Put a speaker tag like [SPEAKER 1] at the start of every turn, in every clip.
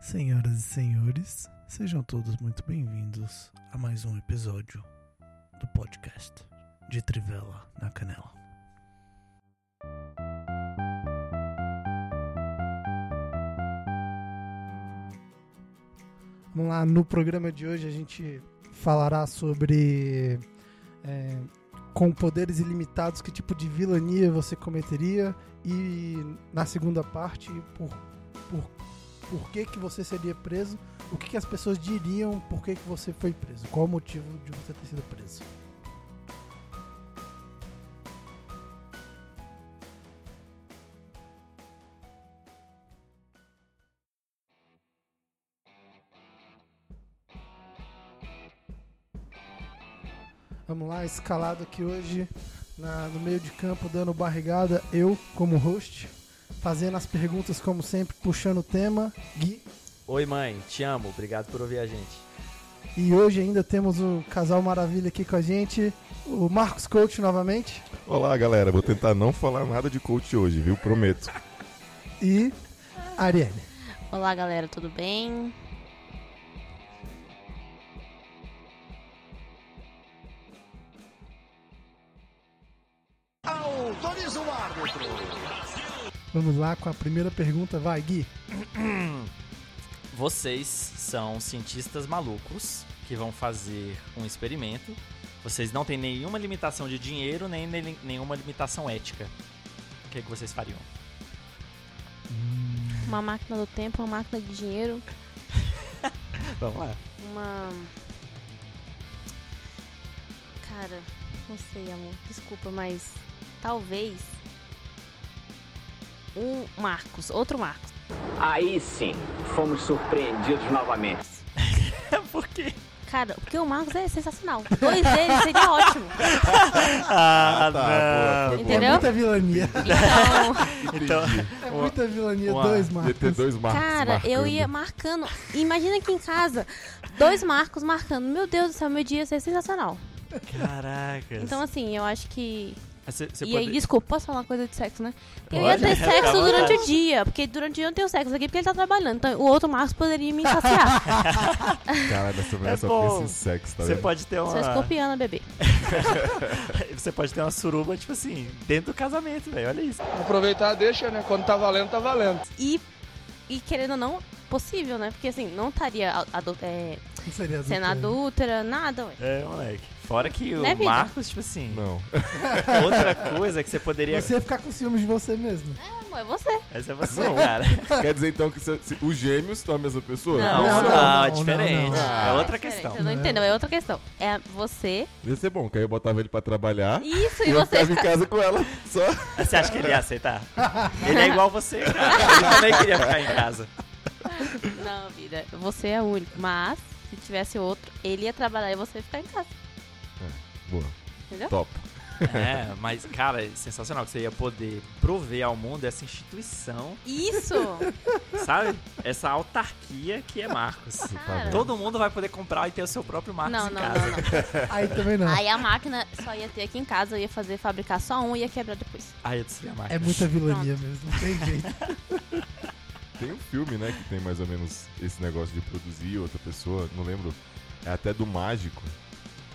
[SPEAKER 1] Senhoras e senhores, sejam todos muito bem-vindos a mais um episódio do podcast de Trivela na Canela.
[SPEAKER 2] Vamos lá, no programa de hoje a gente falará sobre é, com poderes ilimitados que tipo de vilania você cometeria e na segunda parte por, por, por que, que você seria preso, o que, que as pessoas diriam por que, que você foi preso, qual o motivo de você ter sido preso. Vamos lá, escalado aqui hoje na- no meio de campo, dando barrigada, eu como host, fazendo as perguntas como sempre, puxando o tema, Gui.
[SPEAKER 3] Oi, mãe, te amo, obrigado por ouvir a gente.
[SPEAKER 2] E hoje ainda temos um casal maravilha aqui com a gente, o Marcos Coach novamente
[SPEAKER 4] Olá, galera. Vou tentar não falar nada de coach hoje, viu? Prometo.
[SPEAKER 2] e a Ariane.
[SPEAKER 5] Olá galera, tudo bem?
[SPEAKER 2] Vamos lá com a primeira pergunta, vai Gui.
[SPEAKER 6] Vocês são cientistas malucos que vão fazer um experimento. Vocês não têm nenhuma limitação de dinheiro, nem nele- nenhuma limitação ética. O que, é que vocês fariam?
[SPEAKER 5] Uma máquina do tempo, uma máquina de dinheiro,
[SPEAKER 6] Vamos lá.
[SPEAKER 5] uma. Cara, não sei, amor, desculpa, mas talvez. Um Marcos, outro Marcos.
[SPEAKER 7] Aí sim, fomos surpreendidos novamente.
[SPEAKER 6] Por quê?
[SPEAKER 5] Cara, porque o Marcos é sensacional. Dois deles seria ótimo.
[SPEAKER 6] Ah,
[SPEAKER 4] tá. boa, foi boa.
[SPEAKER 5] Entendeu?
[SPEAKER 2] É Muita vilania,
[SPEAKER 5] Então,
[SPEAKER 6] Então,
[SPEAKER 2] é muita vilania,
[SPEAKER 6] Uma-
[SPEAKER 2] dois
[SPEAKER 4] Ia ter
[SPEAKER 2] Marcos.
[SPEAKER 4] dois marcos
[SPEAKER 5] cara, eu
[SPEAKER 4] marcando.
[SPEAKER 5] ia marcando. Imagina aqui em casa, dois Marcos marcando. Meu Deus do céu, meu dia ia ser sensacional.
[SPEAKER 6] caraca.
[SPEAKER 5] Então, assim, eu acho que
[SPEAKER 6] você, você
[SPEAKER 5] e é
[SPEAKER 6] pode-
[SPEAKER 5] aí, desculpa, posso falar uma coisa de sexo, né? Eu ia
[SPEAKER 6] Pode.
[SPEAKER 5] ter
[SPEAKER 6] Fica à
[SPEAKER 5] sexo
[SPEAKER 6] vontade.
[SPEAKER 5] durante o dia, porque durante o dia eu não tenho sexo aqui porque ele tá trabalhando. Então o outro Marcos poderia me saciar.
[SPEAKER 4] Cara, nessa mulher
[SPEAKER 6] É
[SPEAKER 4] só
[SPEAKER 6] bom.
[SPEAKER 4] pensa em sexo, tá
[SPEAKER 6] você
[SPEAKER 4] vendo?
[SPEAKER 6] pode ter
[SPEAKER 5] Sou
[SPEAKER 6] uma.
[SPEAKER 5] escorpiana, bebê.
[SPEAKER 6] Você pode ter uma suruba, tipo assim, dentro do casamento, velho. Olha isso.
[SPEAKER 8] Aproveitar, deixa, né? Quando tá valendo, tá valendo.
[SPEAKER 5] E, e querendo ou não, possível, né? Porque assim, não estaria a- adu- é,
[SPEAKER 2] Não seria adulto,
[SPEAKER 5] sendo
[SPEAKER 2] né?
[SPEAKER 5] adúltera, nada, ué.
[SPEAKER 6] É, moleque. Fora que o
[SPEAKER 5] Né, vida?
[SPEAKER 6] Marcos, tipo assim,
[SPEAKER 4] Não.
[SPEAKER 6] outra coisa que você poderia.
[SPEAKER 2] Você ia ficar com ciúmes de você mesmo.
[SPEAKER 5] Amor, é você.
[SPEAKER 6] Essa é você,
[SPEAKER 4] Não.
[SPEAKER 6] cara.
[SPEAKER 4] Quer dizer então que se- se os gêmeos são a mesma pessoa?
[SPEAKER 6] Não,
[SPEAKER 2] Não,
[SPEAKER 6] não,
[SPEAKER 2] não,
[SPEAKER 6] é
[SPEAKER 2] não, não,
[SPEAKER 6] diferente.
[SPEAKER 4] não.
[SPEAKER 6] É outra
[SPEAKER 5] É diferente,
[SPEAKER 6] questão.
[SPEAKER 5] Eu não
[SPEAKER 2] Não.
[SPEAKER 5] entendo, é outra questão. É você.
[SPEAKER 4] Ia ser bom, que aí eu botava ele pra trabalhar
[SPEAKER 5] Isso,
[SPEAKER 4] e
[SPEAKER 5] e
[SPEAKER 4] eu
[SPEAKER 5] você.
[SPEAKER 4] ficava em casa com ela só.
[SPEAKER 6] Você acha que ele ia aceitar? Ele é igual você, cara. Ele também queria ficar em casa.
[SPEAKER 5] Não, vida, você é único. Mas, se tivesse outro, ele ia trabalhar e você ia ficar em casa.
[SPEAKER 4] Boa.
[SPEAKER 5] Entendeu?
[SPEAKER 4] Top.
[SPEAKER 6] É, mas, cara, é sensacional que você ia poder prover ao mundo essa instituição,
[SPEAKER 5] Isso!
[SPEAKER 6] sabe? Essa autarquia que é Marcos.
[SPEAKER 5] Cara.
[SPEAKER 6] Todo mundo vai poder comprar e ter o seu próprio Marcos
[SPEAKER 5] Não,
[SPEAKER 6] em
[SPEAKER 5] não,
[SPEAKER 6] casa.
[SPEAKER 5] não, não.
[SPEAKER 2] Aí também não.
[SPEAKER 5] Aí a máquina só ia ter aqui em casa, eu ia fazer fabricar só um e ia quebrar depois.
[SPEAKER 6] Ai, eu destruí a Marcos.
[SPEAKER 2] É muita vilania mesmo, não tem jeito.
[SPEAKER 4] Tem um filme, né, que tem mais ou menos esse negócio de produzir outra pessoa, não lembro. É até do mágico,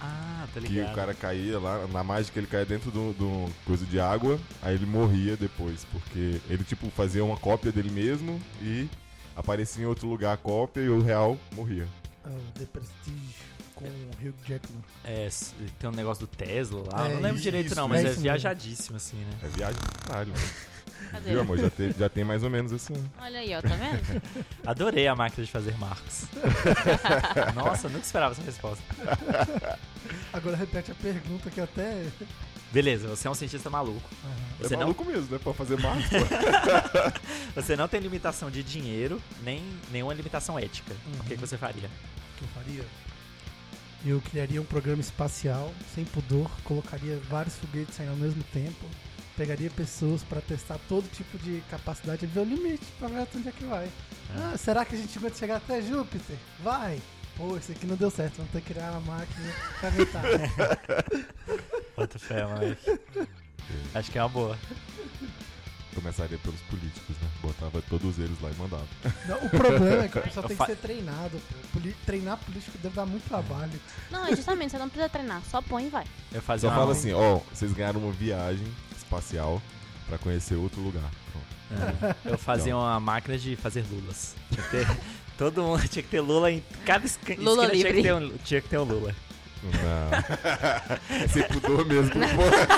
[SPEAKER 6] Ah, tá
[SPEAKER 4] que
[SPEAKER 6] ligado.
[SPEAKER 4] o cara caía lá, na mágica ele caía dentro de um- de um coisa de água, aí ele morria depois, porque ele tipo fazia uma cópia dele mesmo e aparecia em outro lugar a cópia e o real morria.
[SPEAKER 2] Ah, o The Prestige com o Hugh Jackman.
[SPEAKER 6] É, s- tem um negócio do Tesla lá.
[SPEAKER 2] É,
[SPEAKER 6] não lembro
[SPEAKER 2] isso,
[SPEAKER 6] direito, não,
[SPEAKER 2] é
[SPEAKER 6] mas é,
[SPEAKER 2] isso mesmo.
[SPEAKER 6] viajadíssimo, assim, né?
[SPEAKER 4] É viagem do caralho, mano.
[SPEAKER 5] Cadê?
[SPEAKER 4] Viu, amor? Já, teve- já tem mais ou menos assim.
[SPEAKER 5] Olha aí, ó, tá vendo?
[SPEAKER 6] Adorei a máquina de fazer Marcos. Nossa, eu nunca esperava essa resposta.
[SPEAKER 2] Agora repete a pergunta que até.
[SPEAKER 6] Beleza, você é um cientista maluco. Você
[SPEAKER 4] é
[SPEAKER 6] não,
[SPEAKER 4] maluco mesmo, né? Pra fazer marketing.
[SPEAKER 6] você não tem limitação de dinheiro, nem nenhuma limitação ética. O que, que você faria?
[SPEAKER 2] que eu faria? Eu criaria um programa espacial sem pudor, colocaria vários foguetes saindo ao mesmo tempo, pegaria pessoas para testar todo tipo de capacidade e ver o limite para ver até onde é que vai. Ah, será que a gente aguenta chegar até Júpiter? Vai! Pô, isso aqui não deu certo, vamos ter que criar uma máquina pra aguentar.
[SPEAKER 6] Bota fé, moleque. Acho que é uma boa.
[SPEAKER 4] começaria pelos políticos, né? Botava todos eles lá e mandava.
[SPEAKER 2] Não, o problema é que o pessoal
[SPEAKER 6] Eu
[SPEAKER 2] tem que
[SPEAKER 6] fa-
[SPEAKER 2] ser treinado. pô. Poli- Treinar político deve dar muito trabalho.
[SPEAKER 5] Não, é justamente, você não precisa treinar, só põe e vai.
[SPEAKER 6] Eu fazia
[SPEAKER 4] Só
[SPEAKER 6] uma
[SPEAKER 4] fala assim, ó, vocês ganharam uma viagem espacial pra conhecer outro lugar. Pronto.
[SPEAKER 6] É. Eu fazia uma máquina de fazer lulas. Tinha que ter- todo mundo tinha que ter lula em cada esqui- esquina.
[SPEAKER 5] Lula
[SPEAKER 6] tinha, que
[SPEAKER 5] livre.
[SPEAKER 6] ter um, tinha que ter um lula.
[SPEAKER 4] Não. É sem pudor mesmo. pô.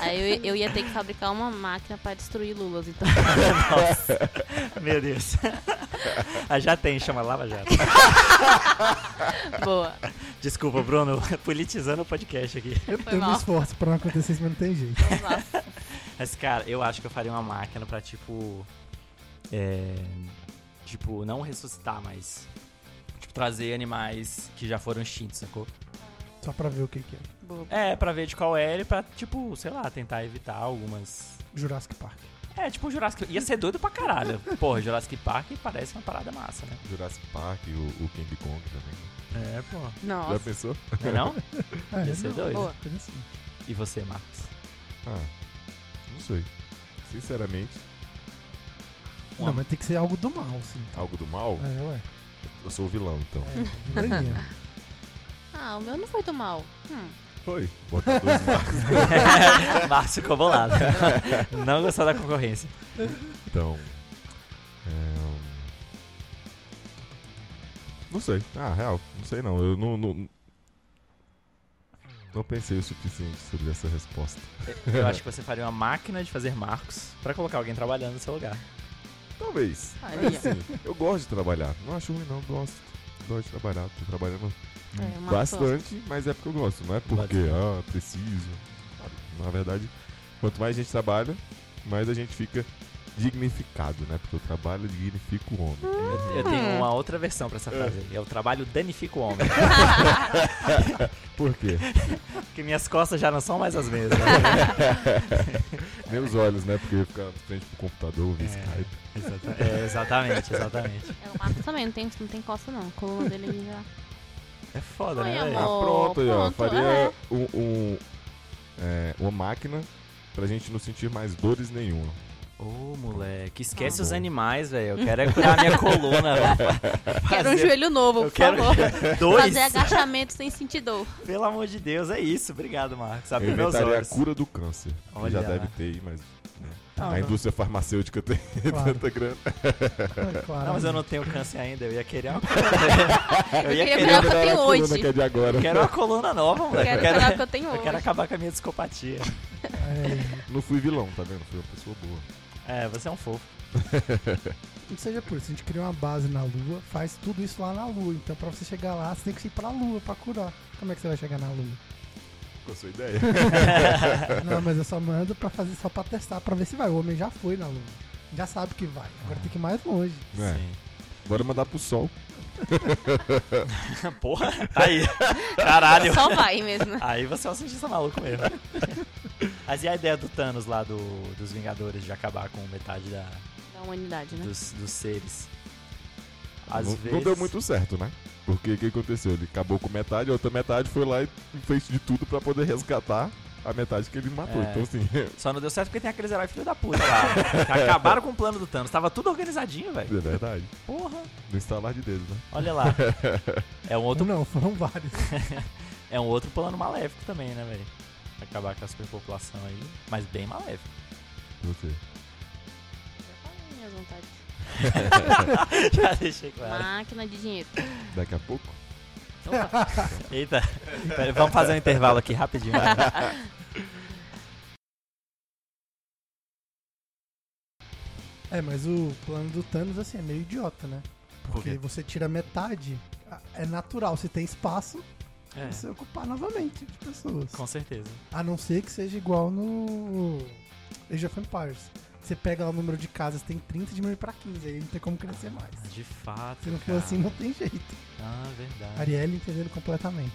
[SPEAKER 5] Aí eu, eu ia ter que fabricar uma máquina pra destruir lulas, então.
[SPEAKER 6] Nossa, meu Deus. Ah, já tem, chama Lava Jato.
[SPEAKER 5] Boa.
[SPEAKER 6] Desculpa, Bruno, politizando o podcast aqui.
[SPEAKER 2] Eu,
[SPEAKER 5] Foi
[SPEAKER 2] eu me
[SPEAKER 5] mal.
[SPEAKER 2] esforço pra não acontecer isso, mas não tem jeito.
[SPEAKER 5] Vamos lá.
[SPEAKER 6] Mas, cara, eu acho que eu faria uma máquina pra, tipo. É. Tipo, não ressuscitar, mas. Tipo, trazer animais que já foram extintos, sacou?
[SPEAKER 2] Só pra ver o que, que é.
[SPEAKER 5] Boa.
[SPEAKER 6] É, pra ver de qual era e pra, tipo, sei lá, tentar evitar algumas.
[SPEAKER 2] Jurassic Park.
[SPEAKER 6] É, tipo, Jurassic Ia ser doido pra caralho. Porra, Jurassic Park parece uma parada massa, né?
[SPEAKER 4] Jurassic Park, o, o King Kong também.
[SPEAKER 6] É, pô.
[SPEAKER 4] Já
[SPEAKER 5] Nossa.
[SPEAKER 4] pensou?
[SPEAKER 6] Não é não?
[SPEAKER 2] É,
[SPEAKER 6] Ia ser
[SPEAKER 2] não,
[SPEAKER 6] doido.
[SPEAKER 5] Boa.
[SPEAKER 2] coisa assim.
[SPEAKER 6] E você, Marcos?
[SPEAKER 4] Ah, não sei. Sinceramente,
[SPEAKER 6] Uma-
[SPEAKER 2] Não, mas tem que ser algo do mal, assim.
[SPEAKER 4] algo do mal,
[SPEAKER 2] É, ué.
[SPEAKER 4] eu sou o vilão, então.
[SPEAKER 2] Doidinha.
[SPEAKER 5] Ah, o meu não foi do mal. Hum.
[SPEAKER 4] Foi. Botar dois marcos.
[SPEAKER 6] Marcos ficou bolado. Não gostou da concorrência.
[SPEAKER 4] Então. é, hum, Não sei. Ah, real. Não sei não. Eu não. Não, não pensei o suficiente sobre essa resposta.
[SPEAKER 6] Eu acho que você faria uma máquina de fazer Marcos pra colocar alguém trabalhando no seu lugar.
[SPEAKER 4] Talvez.
[SPEAKER 5] Olha.
[SPEAKER 4] Sim, eu gosto de trabalhar. Não acho ruim, não. Gosto. Gosto de trabalhar. Tô trabalhando
[SPEAKER 5] É, uma pessoa.
[SPEAKER 4] bastante, mas é porque eu gosto. Não é porque,
[SPEAKER 6] Bastante.
[SPEAKER 4] ah, preciso. Sabe? Na verdade, quanto mais a gente trabalha, mais a gente fica dignificado, né? Porque o trabalho dignifica o homem.
[SPEAKER 6] Eu, eu
[SPEAKER 5] Ah.
[SPEAKER 6] tenho uma outra versão pra essa frase. É o trabalho danifica o homem.
[SPEAKER 4] Por quê?
[SPEAKER 6] Porque minhas costas já não são mais as mesmas.
[SPEAKER 4] Nem os olhos, né? Porque eu ia ficar na frente pro computador, ouvir Skype.
[SPEAKER 6] É, exatamente, exatamente.
[SPEAKER 5] É, o Marcos também, não tem, não tem costa não. A coluna dele já.
[SPEAKER 6] É foda,
[SPEAKER 5] Ai,
[SPEAKER 6] né,
[SPEAKER 5] amor.
[SPEAKER 6] velho?
[SPEAKER 4] Ah, pronto, aí, ó.
[SPEAKER 5] pronto,
[SPEAKER 4] Faria
[SPEAKER 5] é.
[SPEAKER 4] um, um, é, uma máquina pra gente não sentir mais dores nenhuma.
[SPEAKER 6] Ô, moleque, esquece
[SPEAKER 5] Tá
[SPEAKER 4] Ah.
[SPEAKER 6] os animais, velho. Eu quero é curar minha coluna, velho.
[SPEAKER 5] Quero um
[SPEAKER 6] Fazer-
[SPEAKER 5] joelho novo,
[SPEAKER 6] Eu
[SPEAKER 5] por
[SPEAKER 6] quero
[SPEAKER 5] favor.
[SPEAKER 6] dois.
[SPEAKER 5] Fazer agachamento sem sentir dor.
[SPEAKER 6] Pelo amor de Deus, é isso. Obrigado, Marcos.
[SPEAKER 4] Eu
[SPEAKER 6] Abriu meus
[SPEAKER 4] inventaria a
[SPEAKER 6] olhos.
[SPEAKER 4] cura do câncer. que
[SPEAKER 6] Olha
[SPEAKER 4] é já
[SPEAKER 6] lá.
[SPEAKER 4] deve ter aí, mas
[SPEAKER 6] Não,
[SPEAKER 4] a
[SPEAKER 6] não.
[SPEAKER 4] indústria farmacêutica tem
[SPEAKER 2] Claro.
[SPEAKER 4] tanta grana.
[SPEAKER 2] É, claro.
[SPEAKER 6] Não, mas eu não tenho câncer ainda. Eu ia querer uma Eu ia
[SPEAKER 5] queria
[SPEAKER 6] querer. Eu
[SPEAKER 5] curar- Melhor que eu
[SPEAKER 4] Melhorar a
[SPEAKER 5] tenho
[SPEAKER 4] coluna
[SPEAKER 5] hoje.
[SPEAKER 4] que é de agora.
[SPEAKER 6] quero uma coluna nova,
[SPEAKER 5] Eu
[SPEAKER 6] moleque.
[SPEAKER 5] quero
[SPEAKER 6] eu quero,
[SPEAKER 5] parar o que eu tenho
[SPEAKER 6] eu
[SPEAKER 5] hoje.
[SPEAKER 6] quero acabar com a minha psicopatia.
[SPEAKER 2] É,
[SPEAKER 4] Não fui vilão, tá vendo? Fui uma pessoa boa.
[SPEAKER 6] É, você é um fofo.
[SPEAKER 2] não seja por isso. A gente cria uma base na Lua, faz tudo isso lá na Lua. Então, pra você chegar lá, você tem que ir pra Lua pra curar. Como é que você vai chegar na Lua?
[SPEAKER 4] Com a sua ideia.
[SPEAKER 2] Não, mas eu só mando pra fazer só pra testar, pra ver se vai. O homem já foi na Lua. Já sabe que vai. Agora tem que ir mais longe.
[SPEAKER 4] É. Bora mandar pro sol.
[SPEAKER 6] Sim. Porra, tá aí. Caralho.
[SPEAKER 5] Só vai mesmo.
[SPEAKER 6] Aí você é um cientista maluco mesmo. Mas e a ideia do Thanos lá do, dos Vingadores de acabar com metade da,
[SPEAKER 5] Da humanidade, né?
[SPEAKER 6] dos, dos seres? Às
[SPEAKER 4] não, não
[SPEAKER 6] vezes.
[SPEAKER 4] deu muito certo, né? Porque o que aconteceu? Ele acabou com metade, a outra metade foi lá e fez de tudo pra poder resgatar a metade que ele matou.
[SPEAKER 6] É.
[SPEAKER 4] Então, assim,
[SPEAKER 6] Só não deu certo porque tem aqueles heróis filho da puta lá. que acabaram com o plano do Thanos. Tava tudo organizadinho, velho.
[SPEAKER 4] é verdade.
[SPEAKER 6] Porra.
[SPEAKER 4] No instalar de dedos, né?
[SPEAKER 6] Olha lá. É um outro,
[SPEAKER 2] Ou não, foram vários.
[SPEAKER 6] é um outro plano maléfico também, né, velho? Acabar com a superpopulação aí. Mas bem maléfico.
[SPEAKER 4] Você.
[SPEAKER 5] Já falei minhas vontades.
[SPEAKER 6] Já deixei claro.
[SPEAKER 5] Máquina de dinheiro.
[SPEAKER 4] Daqui a pouco?
[SPEAKER 6] Então tá. Eita. Pera, vamos fazer um intervalo aqui rapidinho. vai.
[SPEAKER 2] É, mas o plano do Thanos, assim, é meio idiota, né?
[SPEAKER 6] Por
[SPEAKER 2] Porque
[SPEAKER 6] quê?
[SPEAKER 2] você tira metade, a- é natural. Se tem espaço,
[SPEAKER 6] É,
[SPEAKER 2] você ocupar novamente de pessoas.
[SPEAKER 6] com certeza.
[SPEAKER 2] A não ser que seja igual no Age of Empires. Você pega lá o número de casas, tem 30 e diminui pra 15, aí não tem como crescer mais.
[SPEAKER 6] De fato.
[SPEAKER 2] Ah, Se não
[SPEAKER 4] Ah.
[SPEAKER 2] for
[SPEAKER 6] cara.
[SPEAKER 2] assim, não tem jeito.
[SPEAKER 6] Ah, verdade.
[SPEAKER 2] Ariel entendendo completamente.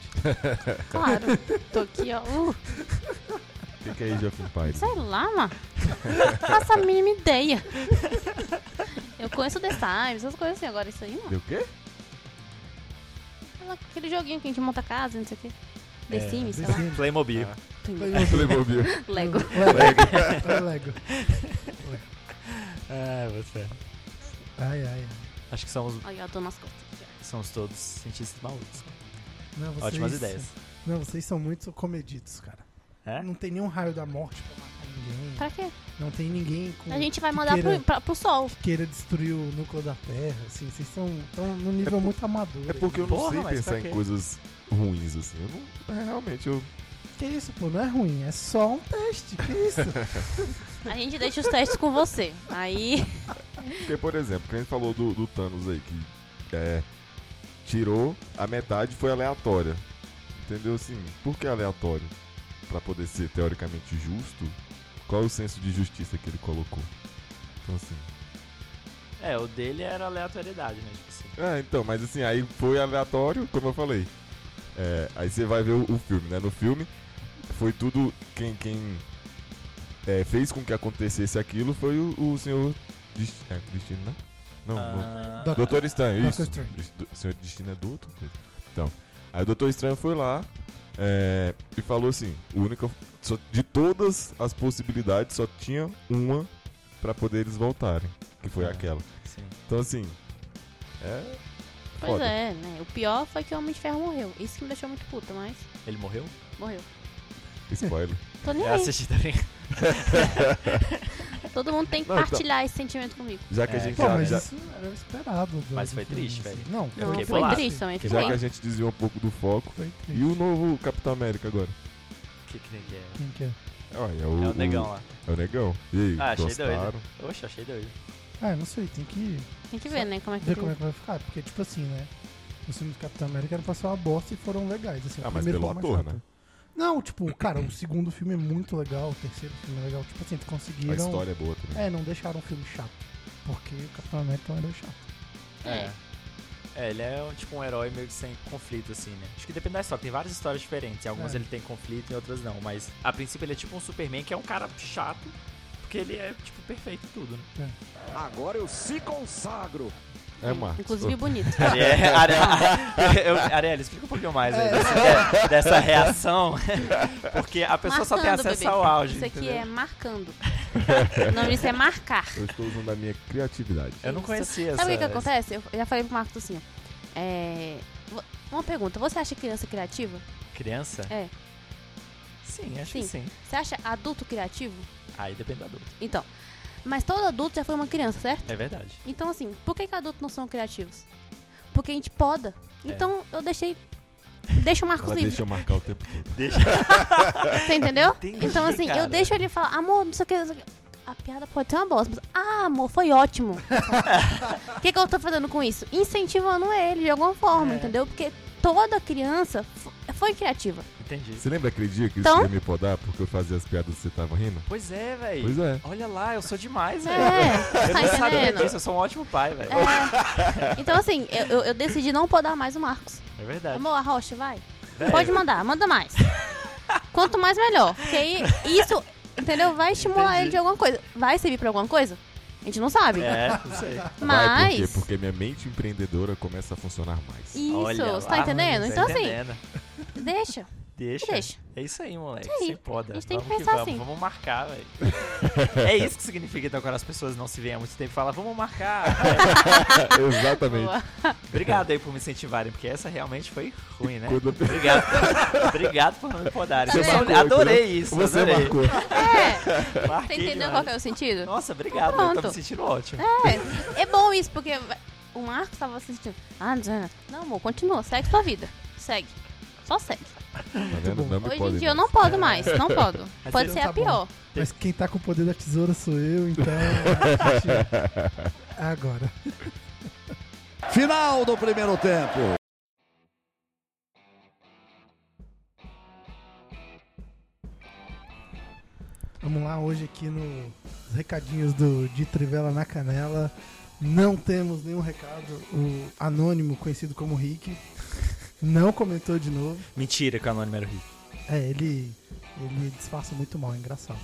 [SPEAKER 5] Claro. Tô aqui, ó. Uh,
[SPEAKER 4] O que, que é Age of Empires?
[SPEAKER 5] sei lá, mano. Faço a mínima ideia. Eu conheço The Times, essas coisas assim. Agora isso aí, mano.
[SPEAKER 4] Deu o quê?
[SPEAKER 5] Aquela- Aquele joguinho que a gente monta casa, não sei o quê. The
[SPEAKER 6] É,
[SPEAKER 5] Sims, sei
[SPEAKER 2] The
[SPEAKER 5] lá.
[SPEAKER 2] Sims.
[SPEAKER 6] Playmobil.
[SPEAKER 5] Playmobil.
[SPEAKER 4] Playmobil Bill.
[SPEAKER 5] Lego.
[SPEAKER 2] Lego. É Lego.
[SPEAKER 6] É, você.
[SPEAKER 2] Ai, ai. ai.
[SPEAKER 6] Acho que somos,
[SPEAKER 5] Olha, eu tô nas costas.
[SPEAKER 6] somos todos cientistas malucos.
[SPEAKER 2] Não, vocês-
[SPEAKER 6] Ótimas ideias.
[SPEAKER 2] Não, vocês são muito comedidos, cara.
[SPEAKER 6] É?
[SPEAKER 2] Não tem nenhum raio da morte pra matar ninguém.
[SPEAKER 5] Pra quê?
[SPEAKER 2] Não tem ninguém com...
[SPEAKER 5] A gente vai
[SPEAKER 2] Hum, que
[SPEAKER 5] mandar
[SPEAKER 2] queira-
[SPEAKER 5] pro, pra- pro sol.
[SPEAKER 2] que queira destruir o núcleo da Terra, assim, vocês são tão num nível muito amador. né?
[SPEAKER 4] É porque eu não
[SPEAKER 6] Porra, mas
[SPEAKER 4] sei
[SPEAKER 6] pra
[SPEAKER 4] pensar
[SPEAKER 6] quê?
[SPEAKER 4] em coisas ruins, assim. Eu não, é, realmente, eu.
[SPEAKER 2] Que isso, pô, não é ruim, é só um teste, que isso?
[SPEAKER 5] A gente deixa os testes com você. Aí.
[SPEAKER 4] Porque, por exemplo, quem falou do, do Thanos aí, que é, tirou a metade foi aleatória. Entendeu? Assim, por que aleatório? Pra poder ser teoricamente justo, qual é o senso de justiça que ele colocou? Então, assim.
[SPEAKER 6] É, o dele era aleatoriedade, né? Tipo assim.
[SPEAKER 4] É, então, mas assim, aí foi aleatório, como eu falei. É, aí você vai ver o, o filme, né? No filme, foi tudo. Quem, quem é, fez com que acontecesse aquilo foi o, o senhor. Dest- é, Destino, né? Não, não.
[SPEAKER 6] Ah,
[SPEAKER 2] Dr.
[SPEAKER 4] Doutor Estranho, isso.
[SPEAKER 2] Doutor Estranho.
[SPEAKER 4] O Senhor Destino é do outro? Então, aí o Doutor Estranho foi lá é, e falou assim: o único, só- de todas as possibilidades, só tinha uma pra poder eles voltarem, que foi
[SPEAKER 6] Ah.
[SPEAKER 4] aquela.
[SPEAKER 6] Sim.
[SPEAKER 4] Então, assim, é.
[SPEAKER 5] Pois
[SPEAKER 4] foda.
[SPEAKER 5] é, né? O pior foi que o Homem de Ferro morreu. Isso que me deixou muito puta, mas
[SPEAKER 6] Ele morreu?
[SPEAKER 5] morreu. é.
[SPEAKER 4] Spoiler.
[SPEAKER 5] Tô nem
[SPEAKER 6] Eu
[SPEAKER 5] aí.
[SPEAKER 6] assisti também.
[SPEAKER 5] Todo mundo tem que
[SPEAKER 4] Não, então-
[SPEAKER 5] partilhar esse sentimento comigo.
[SPEAKER 4] Já que,
[SPEAKER 6] É,
[SPEAKER 4] a, gente,
[SPEAKER 2] Pô,
[SPEAKER 4] já,
[SPEAKER 2] mas
[SPEAKER 4] já-
[SPEAKER 2] isso era esperado. do-
[SPEAKER 6] Mas
[SPEAKER 2] do
[SPEAKER 6] foi
[SPEAKER 2] filme,
[SPEAKER 6] triste,
[SPEAKER 2] assim.
[SPEAKER 6] velho.
[SPEAKER 2] Não,
[SPEAKER 5] Não,
[SPEAKER 6] fiquei
[SPEAKER 5] foi
[SPEAKER 6] bolado.
[SPEAKER 5] triste, somente
[SPEAKER 4] já que a
[SPEAKER 5] foi.
[SPEAKER 4] gente desviou um pouco do foco.
[SPEAKER 2] foi triste.
[SPEAKER 4] E o novo Capitão América agora?
[SPEAKER 6] Que que ele é?
[SPEAKER 2] Quem que é?
[SPEAKER 4] Ah, é,
[SPEAKER 6] É
[SPEAKER 4] o,
[SPEAKER 6] o negão lá.
[SPEAKER 4] É o negão. E aí,
[SPEAKER 6] Ah, achei
[SPEAKER 4] gostaram?
[SPEAKER 6] Oxe, achei doido.
[SPEAKER 2] Ah, eu não sei, tem que
[SPEAKER 5] Tem que ver, né? Como é que
[SPEAKER 2] ver como é
[SPEAKER 5] fica.
[SPEAKER 2] que vai ficar, porque tipo assim, né? Os filmes do Capitão América eram pra ser uma bosta e foram legais, assim. o
[SPEAKER 4] Ah, mas
[SPEAKER 2] primeiro foi
[SPEAKER 4] pelo
[SPEAKER 2] mais
[SPEAKER 4] ator,
[SPEAKER 2] chato.
[SPEAKER 4] né?
[SPEAKER 2] Não, tipo, cara, o segundo filme é muito legal, o terceiro filme é legal. Tipo assim, eles
[SPEAKER 4] A
[SPEAKER 2] conseguiram...
[SPEAKER 4] história é boa também.
[SPEAKER 2] É, não deixaram um filme chato. Porque o Capitão América era chato.
[SPEAKER 5] É.
[SPEAKER 6] É, ele é um- tipo um herói meio que sem conflito, assim, né? Acho que depende da história. Tem várias histórias diferentes. Em algumas
[SPEAKER 2] É.
[SPEAKER 6] ele tem conflito, em outras não. Mas a princípio ele é tipo um Superman que é um cara chato, porque ele é, tipo, perfeito em tudo, né?
[SPEAKER 7] Agora eu se consagro.
[SPEAKER 4] É, Marcos.
[SPEAKER 5] Inclusive bonito.
[SPEAKER 6] Ariel, Ariel, eu- Ariel, explica um pouquinho mais
[SPEAKER 5] É.
[SPEAKER 6] aí dessa, é, dessa reação. Porque a pessoa só tem
[SPEAKER 5] Marcando,
[SPEAKER 6] acesso
[SPEAKER 5] bebê.
[SPEAKER 6] ao áudio.
[SPEAKER 5] Isso aqui
[SPEAKER 6] entendeu?
[SPEAKER 5] é marcando. o nome disso é marcar.
[SPEAKER 4] Eu estou usando a minha criatividade.
[SPEAKER 6] Eu não
[SPEAKER 5] Isso.
[SPEAKER 6] conhecia essa.
[SPEAKER 5] Sabe o que, que acontece? Eu já falei pro Marcos assim, ó. É, vo- Uma pergunta, você acha criança criativa?
[SPEAKER 6] Criança?
[SPEAKER 5] É.
[SPEAKER 6] Sim, acho que
[SPEAKER 5] Sim.
[SPEAKER 6] sim.
[SPEAKER 5] Você acha adulto criativo?
[SPEAKER 6] Aí depende do adulto.
[SPEAKER 5] Então, mas todo adulto já foi uma criança, certo?
[SPEAKER 6] É verdade.
[SPEAKER 5] Então, assim, por que, que adultos não são criativos? Porque a gente poda.
[SPEAKER 6] É.
[SPEAKER 5] Então, eu deixei. Deixa o Marcos
[SPEAKER 4] Ela
[SPEAKER 5] livre.
[SPEAKER 4] deixa eu marcar o tempo todo.
[SPEAKER 5] Você entendeu?
[SPEAKER 6] Entendi,
[SPEAKER 5] então, assim,
[SPEAKER 6] cara.
[SPEAKER 5] eu deixo ele falar, amor, não sei o que. não sei o que." A piada pode ser uma bosta, mas, ah, amor, foi ótimo. O que, que eu tô fazendo com isso? Incentivando ele de alguma
[SPEAKER 6] É.
[SPEAKER 5] forma, entendeu? Porque toda criança fo- foi criativa.
[SPEAKER 6] Entendi.
[SPEAKER 4] Você lembra aquele dia que
[SPEAKER 5] Então?
[SPEAKER 4] você ia me podar porque eu fazia as piadas e você tava rindo?
[SPEAKER 6] Pois é, velho.
[SPEAKER 4] Pois é.
[SPEAKER 6] Olha lá, eu sou demais, velho.
[SPEAKER 5] É,
[SPEAKER 6] Eu
[SPEAKER 5] tá
[SPEAKER 6] não sabia
[SPEAKER 5] entendendo?
[SPEAKER 6] disso, eu sou um ótimo pai, velho.
[SPEAKER 5] É. Então, assim, eu, eu- eu decidi não podar mais o Marcos.
[SPEAKER 6] É verdade.
[SPEAKER 5] Amor, a rocha, vai.
[SPEAKER 6] Velho,
[SPEAKER 5] Pode mandar, manda mais. Quanto mais, melhor. Porque aí isso, entendeu? Vai estimular
[SPEAKER 6] Entendi.
[SPEAKER 5] ele de alguma coisa. Vai servir pra alguma coisa? A gente não sabe.
[SPEAKER 6] É, não sei.
[SPEAKER 4] Vai,
[SPEAKER 5] Mas.
[SPEAKER 4] por quê? Porque minha mente empreendedora começa a funcionar mais.
[SPEAKER 5] Isso,
[SPEAKER 6] Olha
[SPEAKER 5] você
[SPEAKER 6] lá,
[SPEAKER 5] tá entendendo?
[SPEAKER 6] tá
[SPEAKER 5] Então, assim,
[SPEAKER 6] entendendo.
[SPEAKER 5] deixa.
[SPEAKER 6] Deixa.
[SPEAKER 5] Deixa.
[SPEAKER 6] É isso aí, moleque.
[SPEAKER 5] Isso aí.
[SPEAKER 6] Sem poda.
[SPEAKER 5] A gente tem que
[SPEAKER 6] vamos
[SPEAKER 5] pensar
[SPEAKER 6] vamos.
[SPEAKER 5] assim.
[SPEAKER 6] Vamos marcar, velho. é isso que significa, então, quando as pessoas não se veem há muito tempo, fala, vamos marcar.
[SPEAKER 4] Exatamente.
[SPEAKER 5] Boa.
[SPEAKER 6] Obrigado aí por me incentivarem, porque essa realmente foi ruim, né?
[SPEAKER 4] Quando-
[SPEAKER 6] Obrigado. Obrigado por não me podarem.
[SPEAKER 5] Você
[SPEAKER 6] Eu só-
[SPEAKER 5] marcou,
[SPEAKER 6] adorei isso.
[SPEAKER 4] Você
[SPEAKER 6] adorei.
[SPEAKER 4] marcou.
[SPEAKER 5] É, você
[SPEAKER 6] Marquei
[SPEAKER 5] entendeu
[SPEAKER 6] demais.
[SPEAKER 5] qual que é o sentido?
[SPEAKER 6] Nossa, obrigado. Eu tô
[SPEAKER 5] Pronto.
[SPEAKER 6] me sentindo ótimo.
[SPEAKER 5] É, é bom isso, porque o Marcos tava assistindo. Ah, não, sei nada. não, amor, continua, segue sua vida. Segue. Só segue.
[SPEAKER 4] Tá vendo? Não me
[SPEAKER 5] Hoje
[SPEAKER 4] pode
[SPEAKER 5] em dia eu
[SPEAKER 4] mais.
[SPEAKER 5] não podo mais, não podo.
[SPEAKER 6] Mas
[SPEAKER 5] Pode
[SPEAKER 6] você
[SPEAKER 5] ser
[SPEAKER 2] tá
[SPEAKER 5] a pior.
[SPEAKER 2] Mas quem tá com o poder da tesoura sou eu, então. a gente- É agora.
[SPEAKER 9] Final do primeiro tempo.
[SPEAKER 2] Vamos lá, hoje aqui no- nos recadinhos do De Trivela na Canela. Não temos nenhum recado. O anônimo, conhecido como Rick, não comentou de novo.
[SPEAKER 6] Mentira que o anônimo era o Rick.
[SPEAKER 2] É, ele, ele disfarça muito mal, é engraçado.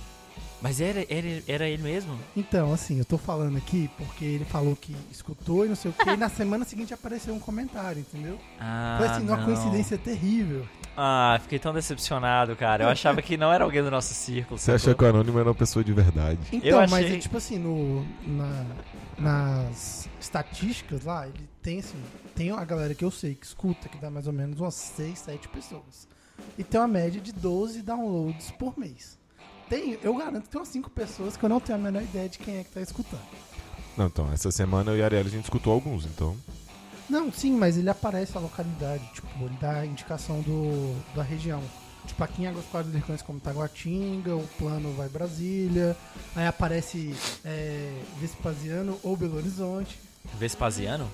[SPEAKER 6] Mas era, era, era ele mesmo?
[SPEAKER 2] Então, assim, eu tô falando aqui porque ele falou que escutou e não sei o quê, e na semana seguinte apareceu um comentário, entendeu?
[SPEAKER 6] Ah,
[SPEAKER 2] Foi assim, uma
[SPEAKER 6] não.
[SPEAKER 2] coincidência terrível.
[SPEAKER 6] Ah, fiquei tão decepcionado, cara. Eu achava que não era alguém do nosso círculo.
[SPEAKER 4] Você
[SPEAKER 6] sacou?
[SPEAKER 4] achou que o Anônimo era uma pessoa de verdade.
[SPEAKER 2] Então,
[SPEAKER 6] Eu
[SPEAKER 2] mas
[SPEAKER 6] achei-
[SPEAKER 2] é tipo assim, no, na- nas estatísticas lá, ele tem assim, tem a galera que eu sei que escuta, que dá mais ou menos umas 6, 7 pessoas. E tem uma média de 12 downloads por mês. Tem, eu garanto que tem umas 5 pessoas que eu não tenho a menor ideia de quem é que tá escutando.
[SPEAKER 4] Não, então, essa semana eu e a Ariel a gente escutou alguns, então.
[SPEAKER 2] Não, sim, mas ele aparece a localidade, tipo, ele dá a indicação do, da região. Tipo, aqui em Águas Claras ele reconhece como Taguatinga, o plano vai Brasília, aí aparece é, Vespasiano ou Belo Horizonte,
[SPEAKER 6] Vespasiano?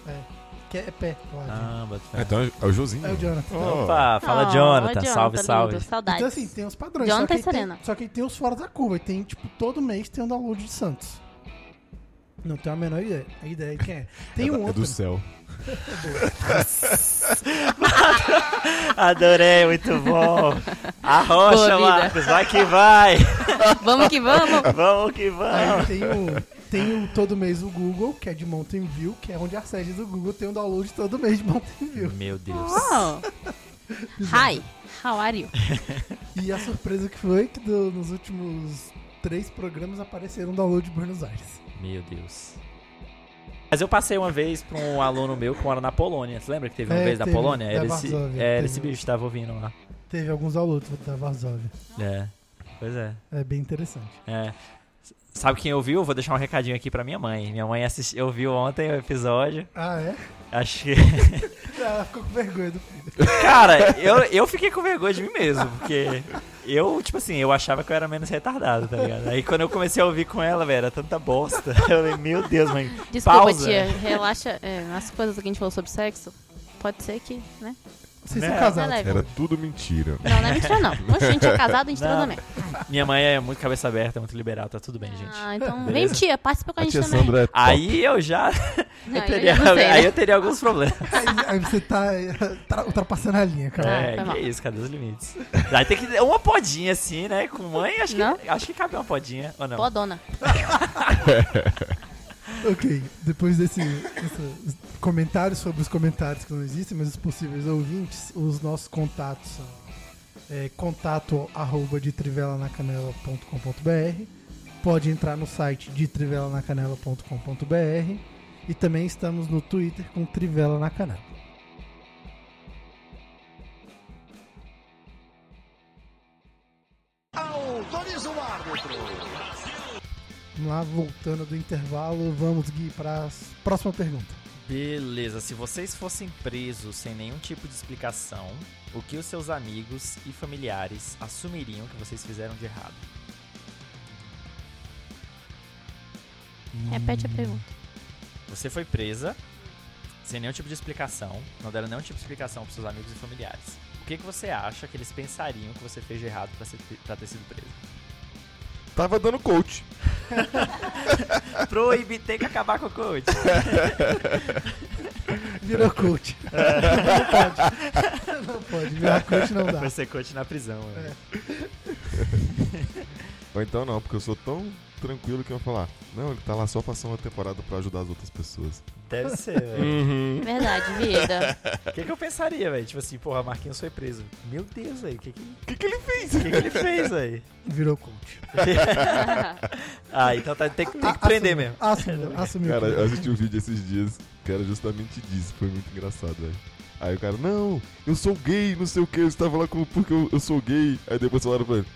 [SPEAKER 2] que é perto lá. gente.
[SPEAKER 6] Ah,
[SPEAKER 4] Ah,
[SPEAKER 6] bota.
[SPEAKER 4] então é o Josinho.
[SPEAKER 2] É o Jonathan.
[SPEAKER 4] Oh.
[SPEAKER 6] Opa, fala Jonathan. Salve, salve.
[SPEAKER 5] Ah, Saudades.
[SPEAKER 2] Então, assim, tem os padrões. só
[SPEAKER 5] Jonathan
[SPEAKER 2] que
[SPEAKER 5] e
[SPEAKER 2] ele tem-
[SPEAKER 5] Serena.
[SPEAKER 2] só que ele tem os fora da curva. E tem, tipo, todo mês tem um download de Santos. Não tenho a menor ideia, a ideia de quem é. Tem
[SPEAKER 4] É da-
[SPEAKER 2] um
[SPEAKER 4] é
[SPEAKER 2] outro.
[SPEAKER 4] do céu.
[SPEAKER 6] Adorei, muito bom. Arrocha,
[SPEAKER 5] Boa vida.
[SPEAKER 6] Marcos. Vai que vai.
[SPEAKER 5] Vamos que vamos.
[SPEAKER 6] Vamos que vamos.
[SPEAKER 2] Aí tem o, tem o todo mês o Google, que é de Mountain View, que é onde a sede do Google tem um download todo mês de Mountain View.
[SPEAKER 6] Meu Deus.
[SPEAKER 5] Uau. Hi, how are you?
[SPEAKER 2] E a surpresa que foi que do- nos últimos três programas apareceram um download de Buenos Aires.
[SPEAKER 6] Meu Deus. Mas eu passei uma vez pra um aluno meu que mora na Polônia. Você lembra que teve uma
[SPEAKER 2] É,
[SPEAKER 6] vez na
[SPEAKER 2] teve,
[SPEAKER 6] Polônia?
[SPEAKER 2] da
[SPEAKER 6] Era, esse,
[SPEAKER 2] Varsóvia,
[SPEAKER 6] era
[SPEAKER 2] teve.
[SPEAKER 6] esse bicho que tava ouvindo lá.
[SPEAKER 2] Teve alguns downloads da Varsóvia.
[SPEAKER 6] É. Pois é.
[SPEAKER 2] É bem interessante.
[SPEAKER 6] É. S- Sabe quem ouviu? Vou deixar um recadinho aqui pra minha mãe. Minha mãe assistiu, ouviu ontem o episódio.
[SPEAKER 2] Ah, é?
[SPEAKER 6] Acho que.
[SPEAKER 2] Ela ficou com vergonha do
[SPEAKER 6] Cara, eu, eu fiquei com vergonha de mim mesmo, porque eu, tipo assim, eu achava que eu era menos retardado, tá ligado? Aí quando eu comecei a ouvir com ela, velho, era tanta bosta. Eu falei, meu Deus, mãe.
[SPEAKER 5] Desculpa,
[SPEAKER 6] pausa.
[SPEAKER 5] tia. Relaxa. É, as coisas que a gente falou sobre sexo, pode ser que, né?
[SPEAKER 2] Vocês são
[SPEAKER 6] Né?
[SPEAKER 5] Tá
[SPEAKER 2] casados.
[SPEAKER 5] leve.
[SPEAKER 4] Era tudo mentira.
[SPEAKER 5] Não, não é mentira, não. Poxa, a gente é casado, a gente
[SPEAKER 6] Não.
[SPEAKER 5] transa também.
[SPEAKER 6] Minha mãe é muito cabeça aberta, é muito liberal, tá tudo bem, gente.
[SPEAKER 5] Ah, então vem,
[SPEAKER 6] Beleza.
[SPEAKER 5] tia. Participa com a
[SPEAKER 4] A
[SPEAKER 5] gente né?
[SPEAKER 4] tia
[SPEAKER 5] também.
[SPEAKER 4] Sandra é top.
[SPEAKER 6] Aí eu já
[SPEAKER 5] Não, Ah, eu
[SPEAKER 6] teria,
[SPEAKER 5] já não sei, né?
[SPEAKER 6] aí eu teria alguns problemas.
[SPEAKER 2] Aí, aí você tá eh, tra- ultrapassando a linha, cara.
[SPEAKER 5] Ah,
[SPEAKER 6] é,
[SPEAKER 5] foi
[SPEAKER 6] que
[SPEAKER 5] mal.
[SPEAKER 6] isso, cadê os limites? Aí tem que dar uma podinha assim, né? Com mãe, acho
[SPEAKER 5] Não?
[SPEAKER 6] que, acho que cabe uma podinha, ou não?
[SPEAKER 5] Pô, dona.
[SPEAKER 2] Ok, depois desse, desse comentário sobre os comentários que não existem, mas os possíveis ouvintes, os nossos contatos são é, contato arroba de trivellanacanela.com.br Pode entrar no site de trivellanacanela.com.br e também estamos no Twitter com Trivela na Canela. Vamos lá, voltando do intervalo, vamos, Gui, para a próxima pergunta.
[SPEAKER 6] Beleza, se vocês fossem presos sem nenhum tipo de explicação, o que os seus amigos e familiares assumiriam que vocês fizeram de errado?
[SPEAKER 5] Repete a pergunta.
[SPEAKER 6] Você foi presa sem nenhum tipo de explicação, não deram nenhum tipo de explicação pros seus amigos e familiares. O que, que você acha que eles pensariam que você fez de errado pra, ser- pra ter sido preso?
[SPEAKER 4] Tava dando coach.
[SPEAKER 6] Proibir, tem que acabar com o coach.
[SPEAKER 2] Virou coach. É. não pode. Não pode, virar coach não dá.
[SPEAKER 6] Vai ser coach na prisão. né? velho.
[SPEAKER 2] É.
[SPEAKER 4] Ou então não, porque eu sou tão tranquilo que eu ia falar. Não, ele tá lá só passando uma temporada pra ajudar as outras pessoas.
[SPEAKER 6] Deve ser, velho.
[SPEAKER 4] Uhum.
[SPEAKER 5] Verdade, vida.
[SPEAKER 6] O que, que eu pensaria, velho? Tipo assim, porra, Marquinhos foi preso. Meu Deus, velho, o que, que,
[SPEAKER 4] O que, que ele fez? né?
[SPEAKER 6] o que, que ele fez, velho?
[SPEAKER 2] Virou coach.
[SPEAKER 6] Ah, então tá- tem, que- tem que
[SPEAKER 2] A-
[SPEAKER 6] prender mesmo.
[SPEAKER 2] Assumiu, assumiu. assumiu
[SPEAKER 4] Cara,
[SPEAKER 2] que-
[SPEAKER 4] eu assisti um vídeo esses dias que era justamente disso. Foi muito engraçado, velho. Aí o cara, não, eu sou gay, não sei o que. Você tava lá com, porque eu, eu sou gay. Aí depois falaram pra ele,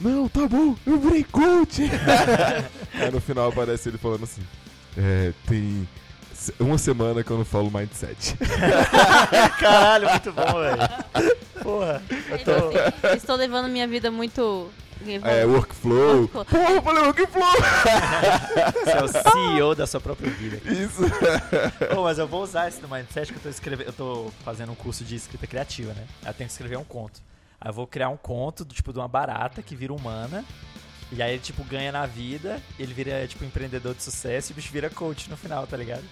[SPEAKER 4] não, tá bom, eu virei coach. Aí no final aparece ele falando assim, é, tem se- uma semana que eu não falo mindset.
[SPEAKER 6] Caralho, muito bom, velho. Porra.
[SPEAKER 5] Estou- Estou levando minha vida muito.
[SPEAKER 4] É, workflow.
[SPEAKER 5] Workflow.
[SPEAKER 4] Porra, eu falei workflow.
[SPEAKER 6] Você é o CEO da sua própria vida.
[SPEAKER 4] Isso.
[SPEAKER 6] Pô, mas eu vou usar esse do Mindset que eu tô escrevendo. Eu tô fazendo um curso de escrita criativa, né? Aí eu tenho que escrever um conto. Aí eu vou criar um conto, do, tipo, de uma barata que vira humana. E aí ele, tipo, ganha na vida. Ele vira, tipo, empreendedor de sucesso. E o bicho vira coach no final, tá ligado?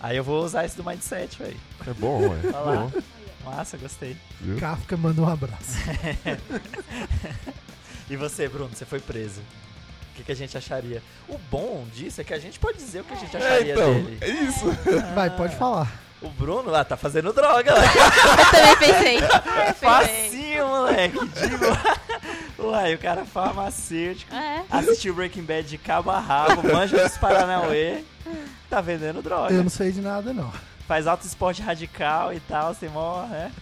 [SPEAKER 6] Aí eu vou usar esse do Mindset, velho.
[SPEAKER 4] É bom, é
[SPEAKER 6] Olha lá.
[SPEAKER 4] bom.
[SPEAKER 6] Massa, gostei.
[SPEAKER 4] Viu?
[SPEAKER 2] Kafka manda um abraço.
[SPEAKER 6] E você, Bruno? Você foi preso. O que, que, que a gente acharia. O bom disso é que a gente pode dizer o que a gente
[SPEAKER 4] É,
[SPEAKER 6] acharia
[SPEAKER 4] então,
[SPEAKER 6] dele.
[SPEAKER 4] é isso.
[SPEAKER 6] Ah.
[SPEAKER 2] Vai, pode falar.
[SPEAKER 6] O Bruno lá tá fazendo droga lá.
[SPEAKER 5] Eu também pensei. Ah, eu pensei.
[SPEAKER 6] Facinho, moleque. Digo. Uai, o cara é farmacêutico.
[SPEAKER 5] É.
[SPEAKER 6] Assistiu Breaking Bad de cabo a rabo, manja dos Paranauê. Tá vendendo droga.
[SPEAKER 2] Eu não sei de nada, não.
[SPEAKER 6] Faz alto esporte radical e tal, sem mó, né?